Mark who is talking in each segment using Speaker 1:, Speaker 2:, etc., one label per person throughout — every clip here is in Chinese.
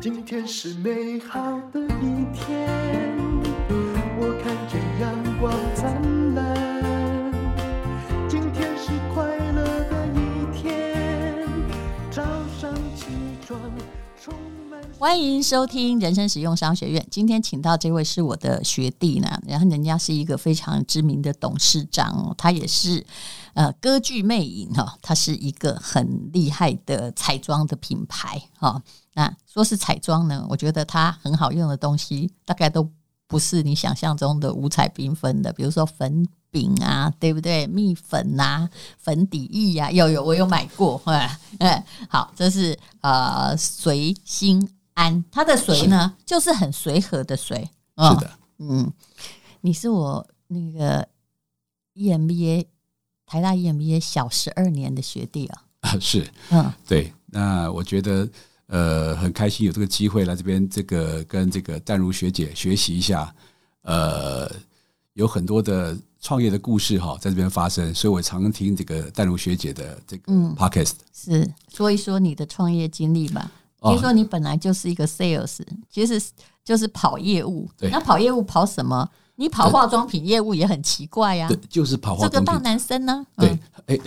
Speaker 1: 今天是美好的一天，我看见阳光灿烂。今天是快乐的一天，早上起床充满。
Speaker 2: 欢迎收听人生实用商学院。今天请到这位是我的学弟呢，然后人家是一个非常知名的董事长哦，他也是呃歌剧魅影哦，他是一个很厉害的彩妆的品牌哦。那说是彩妆呢，我觉得它很好用的东西，大概都不是你想象中的五彩缤纷的，比如说粉。饼啊，对不对？蜜粉呐、粉底液呀、有有，我有买过。哎哎，好，这是呃随心安，它的随呢就是很随和的随。嗯、
Speaker 3: 是的，
Speaker 2: 嗯，你是我那个 E EMBA 台大 E EMBA 小十二年的学弟啊。
Speaker 3: 啊，是
Speaker 2: 嗯，
Speaker 3: 对。那我觉得呃很开心有这个机会来这边，这个跟这个淡如学姐学习一下，呃，有很多的创业的故事哈、在这边发生，所以我常听这个淡如学姐的这个
Speaker 2: 嗯
Speaker 3: podcast，、
Speaker 2: 是说一说你的创业经历吧。
Speaker 3: 哦
Speaker 2: 听说你本来就是一个 sales，其实就是跑业务。
Speaker 3: 对
Speaker 2: 那跑业务跑什么？你跑化妆品业务也很奇怪呀、
Speaker 3: 对，就是跑化
Speaker 2: 这啊个
Speaker 3: 妆品
Speaker 2: 大男生呢、
Speaker 3: 对
Speaker 2: 嗯，，
Speaker 3: 哎、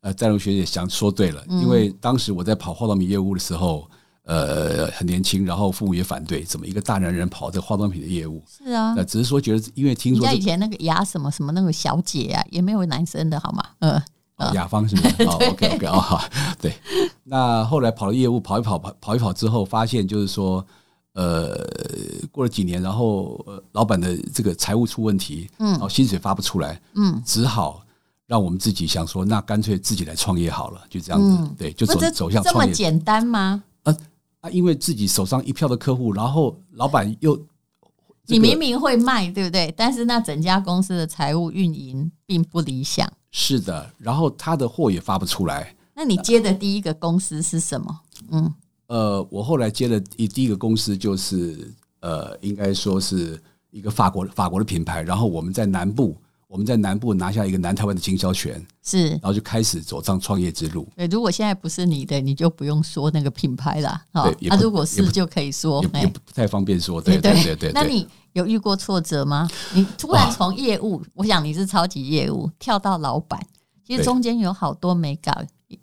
Speaker 3: 呃，赞如学姐想说对了，因
Speaker 2: 嗯
Speaker 3: 为当时我在跑化妆品业务的时候，呃，很年轻，然后父母也反对，怎么一个大男人跑这个化妆品的业务？
Speaker 2: 是啊
Speaker 3: 呃，。只是说觉得，因为听
Speaker 2: 人
Speaker 3: 说
Speaker 2: 家以
Speaker 3: 是
Speaker 2: 前那个牙什么什么那个小姐啊，也没有男生的好吗？嗯，
Speaker 3: 哦雅芳是 不是？哦，OK OK 哦，好，对。那后来跑了业务，跑一跑，跑跑一跑之后，发现就是说，呃，过了几年，然后呃老板的这个财务出问题，嗯，然后薪水发不出来，
Speaker 2: 嗯，
Speaker 3: 只好。让我们自己想说，那干脆自己来创业好了，就这样子，
Speaker 2: 嗯
Speaker 3: 对，就走
Speaker 2: 不是
Speaker 3: 走向
Speaker 2: 这
Speaker 3: 创
Speaker 2: 么
Speaker 3: 业。
Speaker 2: 简单吗？
Speaker 3: 啊，因为自己手上一票的客户，然后老板又、这
Speaker 2: 你
Speaker 3: 个
Speaker 2: 明明会卖，对不对？但是那整家公司的财务运营并不理想。
Speaker 3: 是的，然后他的货也发不出来。
Speaker 2: 那你接的第一个公司是什么？嗯，
Speaker 3: 呃，我后来接了一第一个公司，就是呃，应该说是一个法国法国的品牌，然后我们在南部，我们在南部拿下一个南台湾的经销权，
Speaker 2: 是
Speaker 3: 然后就开始走上创业之路。
Speaker 2: 对，如果现在不是你的，你就不用说那个品牌啦。哈
Speaker 3: 对，也
Speaker 2: 啊，
Speaker 3: 不
Speaker 2: 如果
Speaker 3: 也
Speaker 2: 是
Speaker 3: 不
Speaker 2: 就可以说，
Speaker 3: 也
Speaker 2: 哎
Speaker 3: 也不太方便 说，对对对对
Speaker 2: 那
Speaker 3: 对，
Speaker 2: 你有遇过挫折吗？你突然从业务，我想你是超级业务，跳到老板，其实
Speaker 3: 对
Speaker 2: 中间有好多没搞，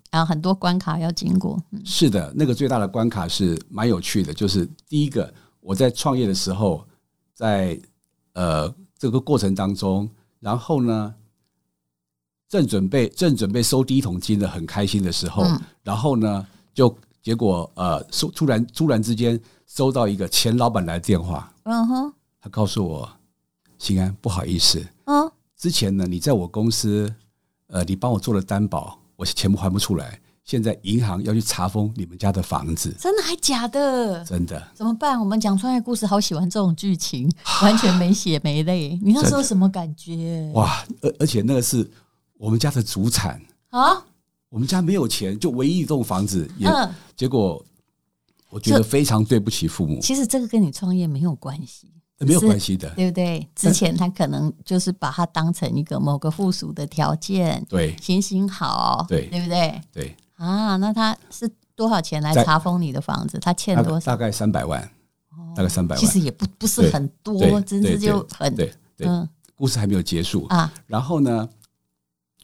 Speaker 2: 啊，很多关卡要经过。嗯
Speaker 3: 是的，那个最大的关卡是蛮有趣的，就是第一个，我在创业的时候，在呃这个过程当中，然后呢，正准备正准备收第一桶金的，很开心的时候，
Speaker 2: 嗯
Speaker 3: 然后呢，就结果呃收突然突然之间收到一个前老板来的电话，
Speaker 2: 嗯哼，
Speaker 3: 他告诉我，心安不好意思，
Speaker 2: 嗯，
Speaker 3: 之前呢，你在我公司，呃，你帮我做了担保，我钱还不出来，现在银行要去查封你们家的房子，
Speaker 2: 真的还假的？
Speaker 3: 真的。
Speaker 2: 怎么办？我们讲创业故事，好喜欢这种剧 情，完全没血没泪。你那时候什么感觉？
Speaker 3: 哇，而而且那个是我们家的主产，
Speaker 2: 啊，
Speaker 3: 我们家没有钱，就唯一一栋房子，也、
Speaker 2: 嗯，
Speaker 3: 结果我觉得
Speaker 2: 这
Speaker 3: 非常对不起父母，
Speaker 2: 其实这个跟你创业没有关系，
Speaker 3: 没有
Speaker 2: 是
Speaker 3: 关系的，
Speaker 2: 对不对？之前他可能就是把它当成一个某个附属的条件，
Speaker 3: 对
Speaker 2: 行行好，
Speaker 3: 对
Speaker 2: 对不对？
Speaker 3: 对，
Speaker 2: 啊，那他是多少钱来
Speaker 3: 在
Speaker 2: 查封你的房子？他欠
Speaker 3: 大
Speaker 2: 多
Speaker 3: 概
Speaker 2: 少？哦
Speaker 3: 大概三百万，大概三百
Speaker 2: 其，
Speaker 3: 万
Speaker 2: 实也不不是很
Speaker 3: 对
Speaker 2: 多，真是
Speaker 3: 对
Speaker 2: 就
Speaker 3: 对
Speaker 2: 很
Speaker 3: 对对，
Speaker 2: 嗯
Speaker 3: 故事还没有结束
Speaker 2: 啊，
Speaker 3: 然后呢，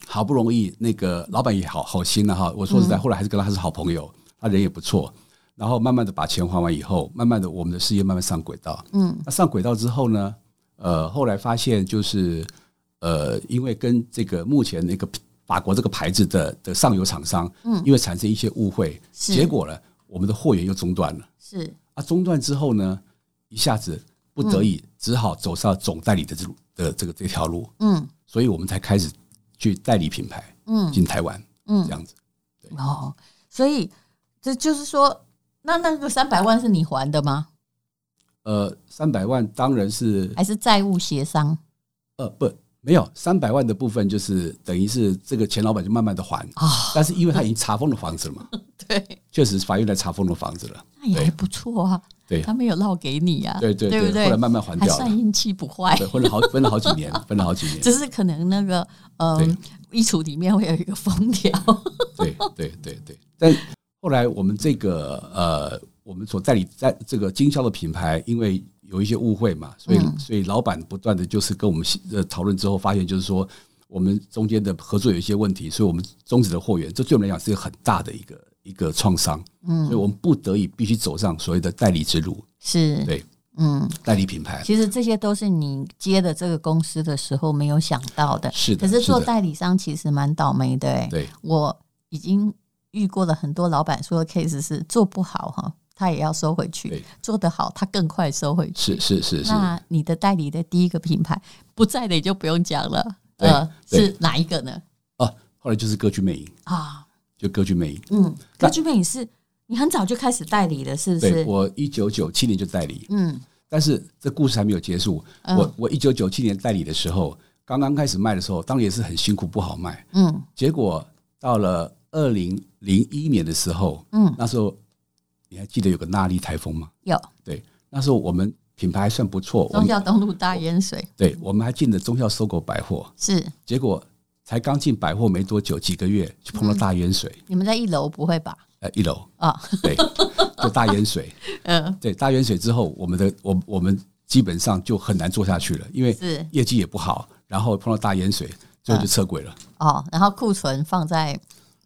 Speaker 3: 好不容易那个老板也好好心了、哈，我说实在，后来还是跟他是好朋友，他人也不错。然后慢慢的把钱还完以后，慢慢的我们的事业慢慢上轨道。
Speaker 2: 嗯，
Speaker 3: 那上轨道之后呢，呃，后来发现就是呃，因为跟这个目前那个法国这个牌子的的上游厂商，嗯，因为产生一些误会，
Speaker 2: 是
Speaker 3: 结果呢，我们的货源又中断了。
Speaker 2: 是
Speaker 3: 啊，中断之后呢，一下子不得已只好走上总代理的这路的这个这条路。
Speaker 2: 嗯
Speaker 3: 所以我们才开始去代理品牌
Speaker 2: 嗯
Speaker 3: 进台湾，这
Speaker 2: 嗯
Speaker 3: 样子。
Speaker 2: 哦，所以这就是说，那那个三百万是你还的吗？
Speaker 3: 呃，三百万当然是
Speaker 2: 还是债务协商？
Speaker 3: 呃不没有三百万的部分，就是等于是这个钱老板就慢慢的还，
Speaker 2: 啊
Speaker 3: 但是因为他已经查封了房子了嘛，
Speaker 2: 对，
Speaker 3: 确实法院来查封了房子了，
Speaker 2: 那也
Speaker 3: 对
Speaker 2: 还不错啊。
Speaker 3: 对
Speaker 2: 他没有落给你啊，
Speaker 3: 对对
Speaker 2: 对不
Speaker 3: 对，
Speaker 2: 对？
Speaker 3: 后来慢慢还
Speaker 2: 还
Speaker 3: 掉
Speaker 2: 算
Speaker 3: 了，
Speaker 2: 运气不坏，
Speaker 3: 对，分了好分了好几年，分了 好几年，
Speaker 2: 只是可能那个嗯
Speaker 3: 对，
Speaker 2: 衣橱里面会有一 个封条，
Speaker 3: 对对对对。但后来我们这个呃，我们所代理在这个经销的品牌，因为有一些误会嘛，所以
Speaker 2: 嗯
Speaker 3: 所以老板不断的就是跟我们呃讨论之后，发现就是说我们中间的合作有一些问题，所以我们终止了货源，这对我们来讲是一个很大的一个一个创伤，嗯，所以我们不得已必须走上所谓的代理之路，
Speaker 2: 是，
Speaker 3: 对，
Speaker 2: 嗯，
Speaker 3: 代理品牌
Speaker 2: 其实这些都是你接的这个公司的时候没有想到的。
Speaker 3: 是的
Speaker 2: 可是做
Speaker 3: 是的
Speaker 2: 代理商其实蛮倒霉的、欸。
Speaker 3: 对，
Speaker 2: 我已经遇过了很多老板说的 case 是做不好哈，他也要收回去
Speaker 3: 对；
Speaker 2: 做得好，他更快收回去。
Speaker 3: 是是是是，
Speaker 2: 那你的代理的第一个品牌不在的也就不用讲了，
Speaker 3: 对
Speaker 2: 呃，
Speaker 3: 对
Speaker 2: 是哪一个呢？
Speaker 3: 啊，后来就是歌剧魅影，
Speaker 2: 啊，
Speaker 3: 就歌剧魅影，
Speaker 2: 嗯，
Speaker 3: 那
Speaker 2: 歌剧魅影是你很早就开始代理了，是不
Speaker 3: 对
Speaker 2: 是？
Speaker 3: 我一九九七年就代理，
Speaker 2: 嗯，
Speaker 3: 但是这故事还没有结束。
Speaker 2: 嗯
Speaker 3: 我我一九九七年代理的时候，刚刚开始卖的时候，当然也是很辛苦，不好卖。
Speaker 2: 嗯
Speaker 3: 结果到了二零零一年的时候，
Speaker 2: 嗯，
Speaker 3: 那时候你还记得有个纳利台风吗？
Speaker 2: 有
Speaker 3: 对，那时候我们品牌还算不错，我
Speaker 2: 中
Speaker 3: 们
Speaker 2: 孝东路大淹水
Speaker 3: 对我们还进了中校收购百货，
Speaker 2: 是
Speaker 3: 结果才刚进百货没多久，几个月就碰到大淹水，
Speaker 2: 你们在一楼不会吧？
Speaker 3: 呃，一楼
Speaker 2: 啊，
Speaker 3: 对，就大淹水。
Speaker 2: 嗯，
Speaker 3: 对大淹水之后，我们的我我们基本上就很难做下去了，因为
Speaker 2: 是
Speaker 3: 业绩也不好，然后碰到大淹水，最
Speaker 2: 嗯
Speaker 3: 后就撤轨了。
Speaker 2: 哦，然后库存放在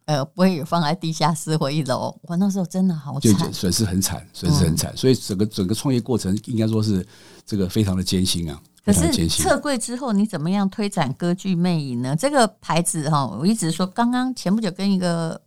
Speaker 2: 呃不会有放在地下室或一楼，我那时候真的好
Speaker 3: 就
Speaker 2: 惨，嗯
Speaker 3: 损失很惨，损失很惨，所以整个整个创业过程应该说是这个非常的艰辛啊，
Speaker 2: 可
Speaker 3: 非常
Speaker 2: 是
Speaker 3: 的艰辛。
Speaker 2: 撤嗯柜之后，你怎么样推展歌剧魅影呢？这个牌子哈，我一直说，刚刚前不久跟一个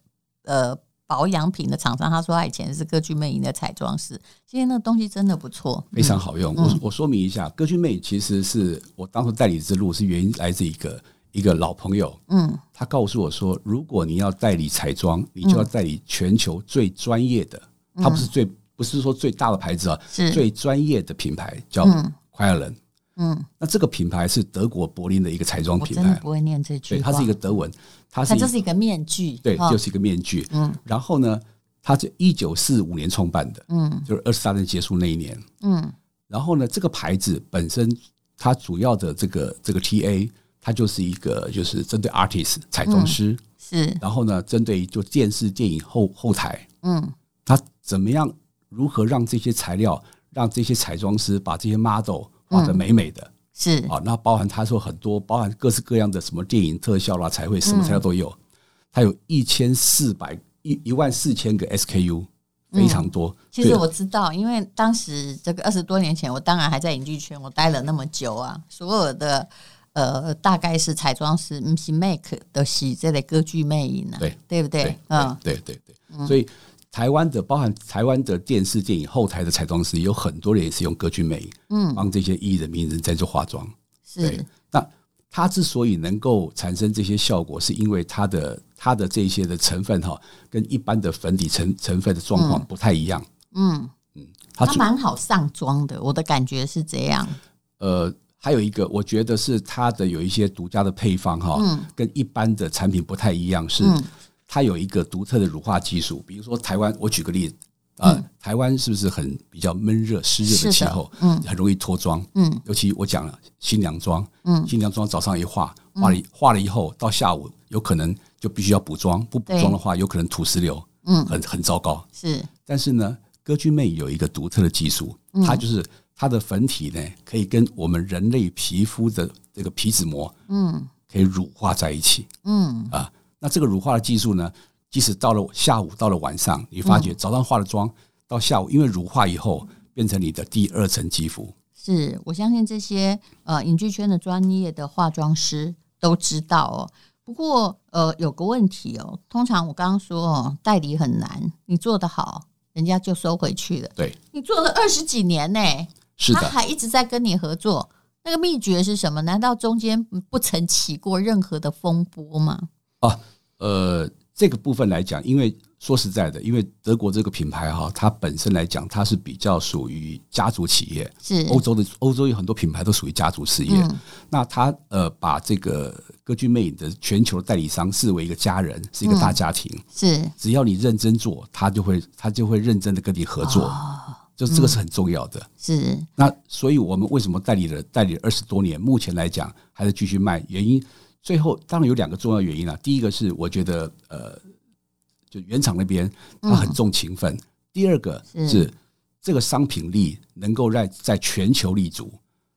Speaker 2: 呃保养品的厂商，他说他以前是歌剧魅影的彩妆师，今天那个东西真的不错，
Speaker 3: 非常好
Speaker 2: 嗯
Speaker 3: 用。我我说明一下，歌剧魅其实是我当初代理之路是原因来自一个一个老朋友，
Speaker 2: 嗯，嗯
Speaker 3: 他告诉我说，如果你要代理彩妆，你就要代理全球最专业的，它不是最不是说最大的牌子啊，
Speaker 2: 是
Speaker 3: 最专业的品牌叫快乐人。
Speaker 2: 嗯，
Speaker 3: 那这个品牌是德国柏林的一个彩妆
Speaker 2: 我
Speaker 3: 品
Speaker 2: 真的
Speaker 3: 牌
Speaker 2: 不，会念这句
Speaker 3: 对，
Speaker 2: 话，
Speaker 3: 它是一个德文，它是
Speaker 2: 它
Speaker 3: 一
Speaker 2: 就是一个面具，
Speaker 3: 对，
Speaker 2: 哦
Speaker 3: 就是一个面具。嗯，然后呢，它是一九四五年创办的，
Speaker 2: 嗯
Speaker 3: 就是二十大战结束那一年。
Speaker 2: 嗯
Speaker 3: 然后呢，这个牌子本身它主要的这个这个 TA，它就是一个就是针对 artist 彩妆师，
Speaker 2: 嗯是
Speaker 3: 然后呢，针对就电视电影后后台，
Speaker 2: 嗯
Speaker 3: 它怎么样如何让这些材料，让这些彩妆师把这些 model 画得美美的。
Speaker 2: 嗯是
Speaker 3: 啊，那包含他说很多，包含各式各样的什么电影特效啦、彩绘，什么材料都有。它有一千四百一一万四千个 SKU，非常多。
Speaker 2: 嗯其实
Speaker 3: 对
Speaker 2: 我知道，因为当时这个二十多年前，我当然还在影剧圈，我待了那么久啊，所有的呃，大概是彩妆师，不是 make 的是这类歌剧魅影啊，
Speaker 3: 对
Speaker 2: 不对？
Speaker 3: 对
Speaker 2: 嗯，
Speaker 3: 对对对，所以台湾的包含台湾的电视电影后台的彩妆师，有很多人也是用歌剧魅影，嗯，帮这些艺人名人在做化妆。对
Speaker 2: 是，
Speaker 3: 那它之所以能够产生这些效果，是因为它的它的这些的成分哈，跟一般的粉底成成分的状况不太一样。
Speaker 2: 嗯，
Speaker 3: 它
Speaker 2: 它
Speaker 3: 主
Speaker 2: 蛮好上妆的，我的感觉是这样，
Speaker 3: 呃，还有一个，我觉得是它的有一些独家的配方哈，
Speaker 2: 嗯
Speaker 3: 跟一般的产品不太一样，是它有一个独特的乳化技术。比如说台湾，我举个例子，呃，台湾是不是很比较闷热、湿热
Speaker 2: 嗯是的
Speaker 3: 的气候，嗯，很容易脱妆，嗯，尤其我讲了新娘妆，嗯，新娘妆早上一化，化了一化了以后，到下午有可能就必须要补妆，不补
Speaker 2: 对
Speaker 3: 妆的话，有可能土石流，嗯，很很糟糕，
Speaker 2: 是
Speaker 3: 但是呢，歌剧魅有一个独特的技术，它就是它的粉体呢，可以跟我们人类皮肤的这个皮脂膜，嗯，可以乳化在一起
Speaker 2: 嗯
Speaker 3: 啊。那这个乳化的技术呢，即使到了下午，到了晚上，你发觉早上化了妆，到下午因为乳化以后，变成你的第二层肌肤。
Speaker 2: 是，我相信这些呃影剧圈的专业的化妆师都知道哦。不过呃，有个问题哦，通常我刚刚说哦，代理很难，你做得好，人家就收回去了。
Speaker 3: 对，
Speaker 2: 你做了二十几年呢、
Speaker 3: 是
Speaker 2: 他
Speaker 3: 的，
Speaker 2: 还一直在跟你合作，那个秘诀是什么？难道中间不曾起过任何的风波吗？
Speaker 3: 呃，这个部分来讲，因为说实在的，因为德国这个品牌哈，它本身来讲，它是比较属于家族企业，
Speaker 2: 是，
Speaker 3: 欧洲的欧洲有很多品牌都属于家族事业，
Speaker 2: 嗯
Speaker 3: 那他呃把这个歌剧魅影的全球代理商视为一个家人，是一个大家庭。
Speaker 2: 是
Speaker 3: 只要你认真做，他就会他就会认真的跟你合作，
Speaker 2: 哦
Speaker 3: 就是这个是很重要的。
Speaker 2: 是，
Speaker 3: 那所以我们为什么代理了代理二十多年，目前来讲还是继续卖？原因最后当然有两个重要原因啦、第一个是我觉得呃，就原厂那边他很重情分，第二个
Speaker 2: 嗯是
Speaker 3: 是这个商品力能够在在全球立足，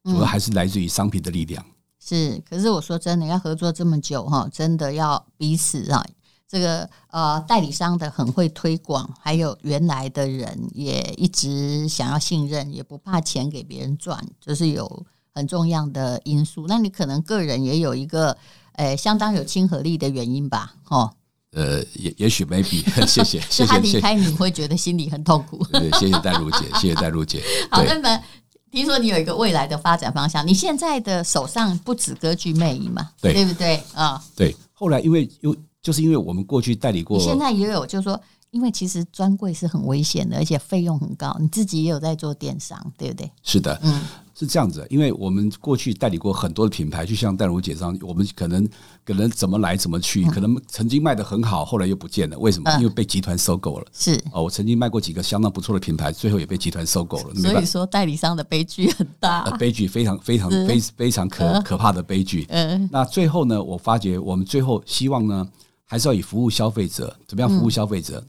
Speaker 2: 嗯
Speaker 3: 主要还是来自于商品的力量。
Speaker 2: 是，可是我说真的，要合作这么久哈，真的要彼此啊，这个呃代理商的很会推广，还有原来的人也一直想要信任，也不怕钱给别人赚，就是有很重要的因素。那你可能个人也有一个呃相当有亲和力的原因吧，哦，
Speaker 3: 呃，也也许 maybe，谢谢，
Speaker 2: 是
Speaker 3: 谢
Speaker 2: 他
Speaker 3: 谢，谢
Speaker 2: 离
Speaker 3: 谢，
Speaker 2: 开你会觉得心里很痛苦。
Speaker 3: 对谢谢戴茹姐，谢谢戴茹姐。
Speaker 2: 好，
Speaker 3: 对
Speaker 2: 那么听说你有一个未来的发展方向，你现在的手上不止歌剧魅影嘛，
Speaker 3: 对
Speaker 2: 不对啊？
Speaker 3: 对，后来因为又就是因为我们过去代理过，
Speaker 2: 你现在也有，就是说，因为其实专柜是很危险的，而且费用很高，你自己也有在做电商，对不对？
Speaker 3: 是的，
Speaker 2: 嗯，
Speaker 3: 是这样子的，因为我们过去代理过很多的品牌，就像戴茹姐这样，我们可能可能怎么来怎么去，可能曾经卖的很好，后来又不见了，为什么？
Speaker 2: 嗯
Speaker 3: 因为被集团收购了。
Speaker 2: 是，
Speaker 3: 哦，我曾经卖过几个相当不错的品牌，最后也被集团收购了，没
Speaker 2: 所
Speaker 3: 办
Speaker 2: 以啊
Speaker 3: 法，
Speaker 2: 说代理商的悲剧很
Speaker 3: 呃
Speaker 2: 大。
Speaker 3: 悲剧非常非常非非常可可怕的悲剧。
Speaker 2: 嗯，
Speaker 3: 那最后呢，我发觉我们最后希望呢，还是要以服务消费者，怎么样
Speaker 2: 嗯
Speaker 3: 服务消费者？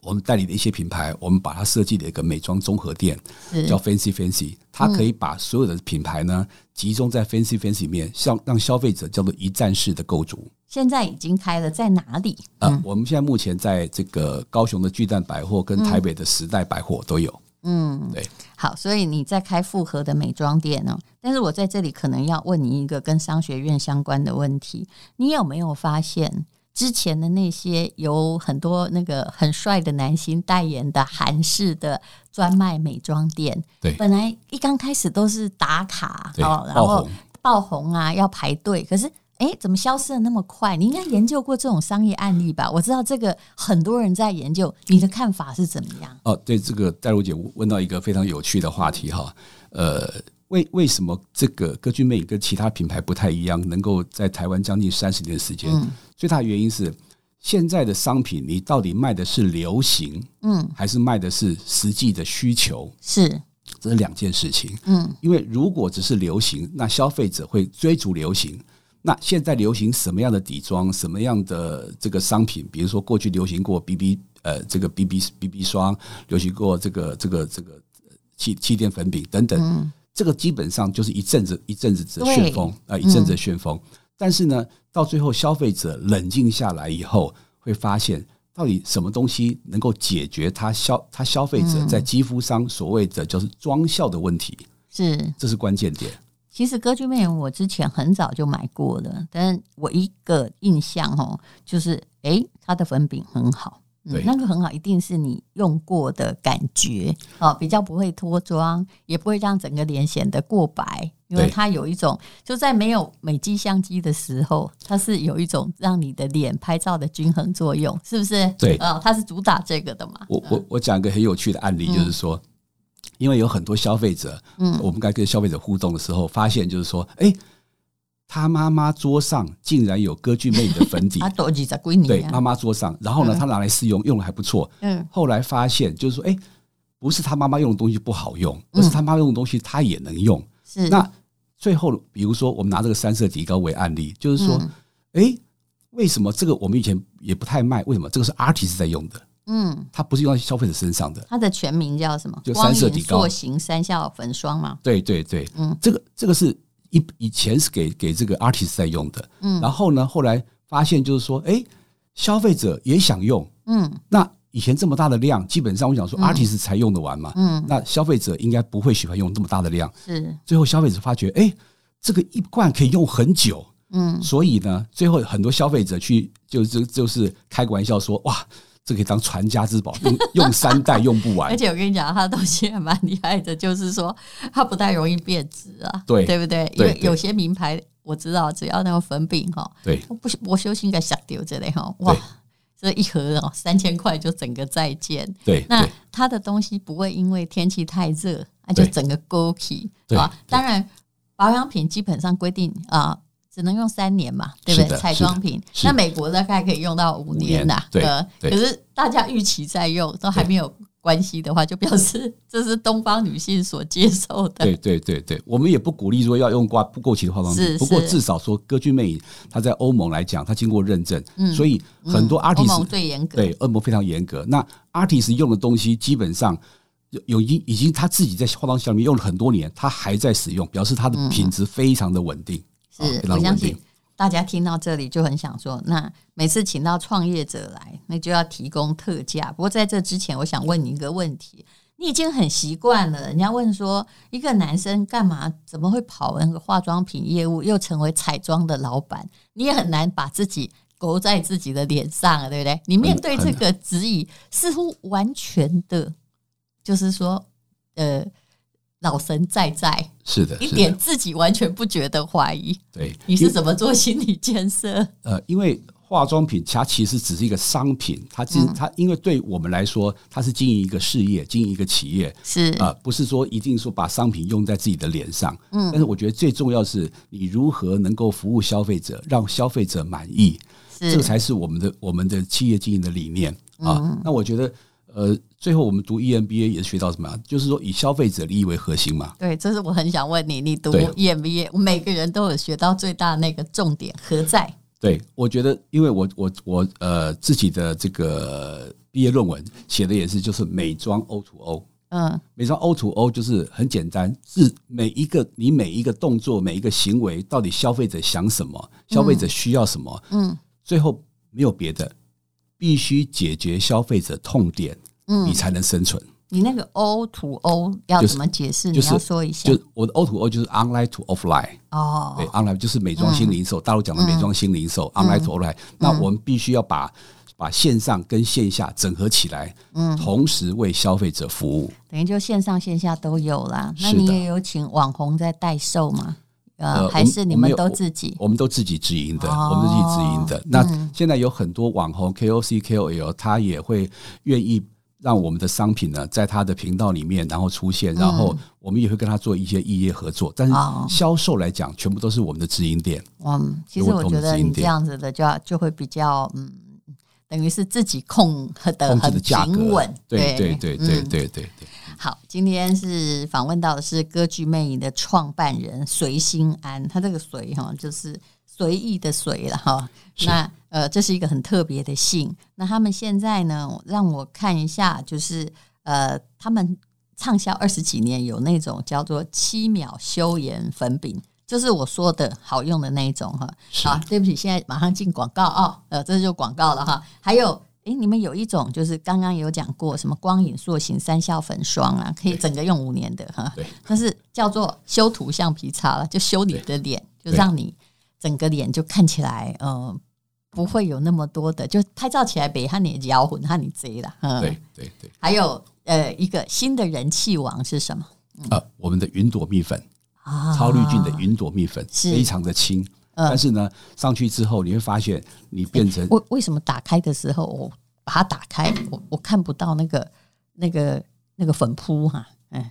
Speaker 3: 我们代理的一些品牌，我们把它设计了一个美妆综合店，
Speaker 2: 是
Speaker 3: 叫 Fancy Fancy，它可以把所有的品牌呢集中在 Fancy Fancy 里面，像让消费者叫做一站式的购足。
Speaker 2: 现在已经开了，在哪里？嗯
Speaker 3: 啊、我们现在目前在这个高雄的巨蛋百货跟台北的时代百货都有。
Speaker 2: 嗯，
Speaker 3: 对。
Speaker 2: 好，所以你在开复合的美妆店呢、但是我在这里可能要问你一个跟商学院相关的问题，你有没有发现？之前的那些有很多那个很帅的男星代言的韩式的专卖美妆店，
Speaker 3: 对
Speaker 2: 本来一刚开始都是打卡
Speaker 3: 对
Speaker 2: 哦，然
Speaker 3: 爆
Speaker 2: 后
Speaker 3: 红
Speaker 2: 爆红啊，要排队，可是。哎，怎么消失的那么快？你应该研究过这种商业案例吧？我知道这个很多人在研究，你的看法是怎么样？
Speaker 3: 哦，对，这个戴茹姐问到一个非常有趣的话题哈，呃，为为什么这个歌剧魅影跟其他品牌不太一样，能够在台湾将近三十年的时间？最大的原因是现在的商品，你到底卖的是流行，
Speaker 2: 嗯，
Speaker 3: 还是卖的是实际的需求？
Speaker 2: 是，
Speaker 3: 这是两件事情。
Speaker 2: 嗯，
Speaker 3: 因为如果只是流行，那消费者会追逐流行。那现在流行什么样的底妆，什么样的这个商品？比如说过去流行过 BB 呃这个 BB BB 霜，流行过这个这个这个呃气气垫粉饼等等。这个基本上就是一阵子一阵子的旋风啊、呃一阵子的旋风。但是呢，到最后消费者冷静下来以后，会发现到底什么东西能够解决他消他消费者在肌肤上所谓的就是妆效的问题，
Speaker 2: 是，
Speaker 3: 这是关键点。
Speaker 2: 其实歌剧魅影我之前很早就买过了，但是我一个印象哦，就是诶，它的粉饼很好，嗯
Speaker 3: 对，
Speaker 2: 那个很好，一定是你用过的感觉哦，比较不会脱妆，也不会让整个脸显得过白，因为
Speaker 3: 对
Speaker 2: 它有一种就在没有美肌相机的时候，它是有一种让你的脸拍照的均衡作用，是不是？
Speaker 3: 对
Speaker 2: 哦，它是主打这个的嘛，
Speaker 3: 我我我讲一个很有趣的案例，就是说，因为有很多消费者，嗯，我们该跟消费者互动的时候，发现就是说，哎、他妈妈桌上竟然有歌剧魅影的粉 底
Speaker 2: 它，多啊几十归你
Speaker 3: 啊对，嗯妈
Speaker 2: 啊，
Speaker 3: 妈桌上，然后呢，他拿来试用，用的还不错，
Speaker 2: 嗯，
Speaker 3: 后来发现就是说，哎、不是他妈妈用的东西不好用，而是他妈妈用的东西他也能用。
Speaker 2: 是
Speaker 3: 那最后，比如说我们拿这个三色底膏为案例，就是说，
Speaker 2: 嗯
Speaker 3: 哎、为什么这个我们以前也不太卖？为什么这个是 artist 在用的？
Speaker 2: 嗯。
Speaker 3: 它不是用在消费者身上的。
Speaker 2: 它的全名叫什么？
Speaker 3: 就
Speaker 2: 光
Speaker 3: 三色
Speaker 2: 影
Speaker 3: 底膏
Speaker 2: 塑形三效粉霜嘛。
Speaker 3: 对对对，
Speaker 2: 嗯
Speaker 3: 这个这个是以以前是给给这个 artist 在用的，
Speaker 2: 嗯
Speaker 3: 然后呢，后来发现就是说，哎、消费者也想用，
Speaker 2: 嗯
Speaker 3: 那以前这么大的量，基本上我想说 artist 才用得完嘛，
Speaker 2: 嗯，
Speaker 3: 那消费者应该不会喜欢用这么大的量。
Speaker 2: 是
Speaker 3: 最后消费者发觉，哎、这个一罐可以用很久，
Speaker 2: 嗯
Speaker 3: 所以呢，最后很多消费者去就就就是开个玩笑说，哇，这可以当传家之宝，用用三代用不完
Speaker 2: 而。且我跟你讲，它的东西还蛮厉害的，就是说它不太容易变质啊，
Speaker 3: 对
Speaker 2: 对不对？因
Speaker 3: 对
Speaker 2: 为
Speaker 3: 对
Speaker 2: 有些名牌我知道，只要那个粉饼哈，
Speaker 3: 对，
Speaker 2: 我不我修应该想丢这类哈，哇
Speaker 3: 对，
Speaker 2: 这一盒哦三千块就整个再见。
Speaker 3: 对，
Speaker 2: 那
Speaker 3: 对，
Speaker 2: 它的东西不会因为天气太热，那就
Speaker 3: 对
Speaker 2: 整个勾起
Speaker 3: 对
Speaker 2: 啊
Speaker 3: 对。
Speaker 2: 当然，保养品基本上规定啊、只能用三年嘛，对不
Speaker 3: 是
Speaker 2: 对？
Speaker 3: 的
Speaker 2: 彩妆品，
Speaker 3: 是的
Speaker 2: 那美国大概可以用到五年呐、
Speaker 3: 五年对
Speaker 2: 呃，
Speaker 3: 对
Speaker 2: 可是大家预期在用，都还没有。关系的话，就表示这是东方女性所接受的。
Speaker 3: 对对对对，我们也不鼓励说要用挂不过期的化妆
Speaker 2: 是
Speaker 3: 品，不过
Speaker 2: 是
Speaker 3: 至少说歌剧魅影，它在欧盟来讲，它经过认证，所以很多
Speaker 2: 嗯欧盟
Speaker 3: artist
Speaker 2: 最严格，
Speaker 3: 对，恶魔非常严格。那 artist 用的东西基本上有有已经已经他自己在化妆箱里面用了很多年，他还在使用，表示它的品质非常的稳定，啊
Speaker 2: 嗯是
Speaker 3: 非
Speaker 2: 我
Speaker 3: 常
Speaker 2: 相
Speaker 3: 稳
Speaker 2: 信
Speaker 3: 定。
Speaker 2: 大家听到这里就很想说，那每次请到创业者来，那就要提供特价。不过在这之前，我想问你一个问题：你已经很习惯了，人家问说一个男生干嘛怎么会跑那个化妆品业务，又成为彩妆的老板？你也很难把自己。勾在自己的脸上啊，对不对？你面对这个质疑，似乎完全的，就是说，呃，老神在在，
Speaker 3: 是啊的，
Speaker 2: 一
Speaker 3: 是
Speaker 2: 点
Speaker 3: 的，
Speaker 2: 自己完全不觉得怀疑。
Speaker 3: 对。
Speaker 2: 你
Speaker 3: 因
Speaker 2: 是
Speaker 3: 为
Speaker 2: 怎么做心理建设？
Speaker 3: 呃，因为化妆品它其实只是一个商品，它只
Speaker 2: 嗯
Speaker 3: 它因为对我们来说，它是经营一个事业，经营一个企业，
Speaker 2: 是
Speaker 3: 啊，不是说一定说把商品用在自己的脸上，嗯，但是我觉得最重要是你如何能够服务消费者，让消费者满意，
Speaker 2: 是嗯
Speaker 3: 这个才是我们的我们的企业经营的理念啊。那我觉得，呃，最后我们读 EMBA 也学到什么啊？就是说以消费者利益为核心嘛。
Speaker 2: 对，这是我很想问你，你读
Speaker 3: 对啊
Speaker 2: EMBA，每个人都有学到最大那个重点何在？
Speaker 3: 对，我觉得，因为我我我呃自己的这个毕业论文写的也是就是美妆 O to O。
Speaker 2: 嗯，
Speaker 3: 美妆 O to O 就是很简单，是每一个你每一个动作、每一个行为，到底消费者想什么，消费者需要什么，
Speaker 2: 嗯，
Speaker 3: 最后没有别的，必须解决消费者痛点，嗯，你才能生存。
Speaker 2: 你那个 O to O 要
Speaker 3: 就是
Speaker 2: 怎么解释？
Speaker 3: 就是
Speaker 2: 你要说一下
Speaker 3: 就我的 O to O 就是 online to offline，、对
Speaker 2: 哦。
Speaker 3: ，online 就是美妆新零售，大陆讲的美妆新零
Speaker 2: 嗯
Speaker 3: 售、online to offline，那我们必须要把把线上跟线下整合起来，嗯，同时为消费者服务。
Speaker 2: 等于就线上线下都有啦。那
Speaker 3: 是
Speaker 2: 你
Speaker 3: 的
Speaker 2: 也有请网红在代售吗？
Speaker 3: 呃
Speaker 2: 呃，
Speaker 3: 我
Speaker 2: 还是你
Speaker 3: 我们
Speaker 2: 们
Speaker 3: 有
Speaker 2: 都自己？
Speaker 3: 我们都自己直营的，
Speaker 2: 哦嗯
Speaker 3: 我们都自己直营的。那现在有很多网红 KOC、KOL，他也会愿意让我们的商品呢，在他的频道里面然后出现，然后我们也会跟他做一些异业合作。但是
Speaker 2: 嗯哦
Speaker 3: 销售来讲，全部都是我们的直营店。
Speaker 2: 嗯，其实
Speaker 3: 如果
Speaker 2: 我
Speaker 3: 懂
Speaker 2: 觉得
Speaker 3: 得指引
Speaker 2: 你这
Speaker 3: 点
Speaker 2: 样子的就要就会比较嗯，等于是自己控的
Speaker 3: 控制的
Speaker 2: 呃很
Speaker 3: 价
Speaker 2: 平
Speaker 3: 格
Speaker 2: 稳。，
Speaker 3: 对对对对
Speaker 2: 嗯
Speaker 3: 对对对，
Speaker 2: 好，今天是访问到的是歌剧魅影的创办人随心安，他这个随哈就是随意的随了哈。
Speaker 3: 是
Speaker 2: 那呃，这是一个很特别的姓。那他们现在呢，让我看一下，就是呃，他们畅销二十几年，有那种叫做七秒修颜粉饼。就是我说的好用的那一种哈，
Speaker 3: 是
Speaker 2: 好，对不起，现在马上进广告啊、呃，这就广告了哈。还有，诶，你们有一种就是刚刚有讲过什么光影塑形三效粉霜啊，可以整个用五年的哈，
Speaker 3: 对，
Speaker 2: 但是叫做修图橡皮擦了，就修你的脸，就
Speaker 3: 对
Speaker 2: 让你整个脸就看起来，呃，不会有那么多的，就拍照起来别和你摇混和你贼了，嗯，
Speaker 3: 对。对对。
Speaker 2: 还有呃，一个新的人气王是什么
Speaker 3: 呃，我们的云朵蜜粉，
Speaker 2: 啊？
Speaker 3: 超滤镜的云朵蜜粉，
Speaker 2: 是
Speaker 3: 非常的轻。
Speaker 2: 嗯哎
Speaker 3: 但是呢，上去之后你会发现，你变成
Speaker 2: 为为什么打开的时候我把它打开，我我看不到那个那个那个粉扑哈、嗯，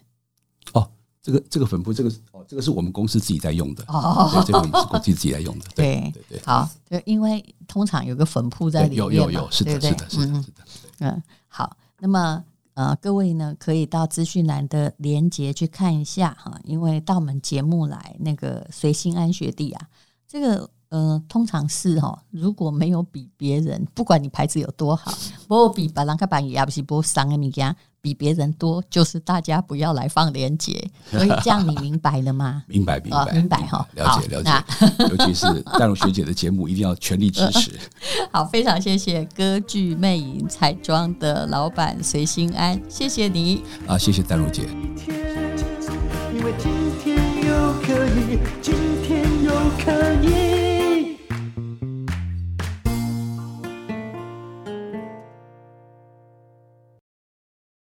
Speaker 3: 哦，这个这个粉扑，这个是哦，这个是我们公司自己在用的。
Speaker 2: 哦
Speaker 3: 对，这个我们是公司自己在用的。
Speaker 2: 对
Speaker 3: 对对，
Speaker 2: 好，就因为通常有个粉扑在里
Speaker 3: 对
Speaker 2: 面嘛
Speaker 3: 有有有，是的，
Speaker 2: 对不对
Speaker 3: 是的，是的，是
Speaker 2: 嗯
Speaker 3: 的。？
Speaker 2: 嗯，好，那么。呃，各位呢可以到资讯栏的连接去看一下哈，因为到我们节目来，那个随心安学弟啊，这个呃，通常是哈、哦，如果没有比别人，不管你牌子有多好，不比别人个版也不是不上的物件比别人多，就是大家不要来放连接，所以这样你明白了吗
Speaker 3: 明白，明
Speaker 2: 哦
Speaker 3: 白，
Speaker 2: 明白哈
Speaker 3: 了解，
Speaker 2: 好
Speaker 3: 了
Speaker 2: 那
Speaker 3: 解。尤其是淡如学姐的节目，一定要全力支 持。
Speaker 2: 好，非常谢谢歌剧魅影彩妆的老板随心安，谢谢你。
Speaker 3: 啊，谢谢淡如姐。
Speaker 1: 一天，因为今天又可以，今天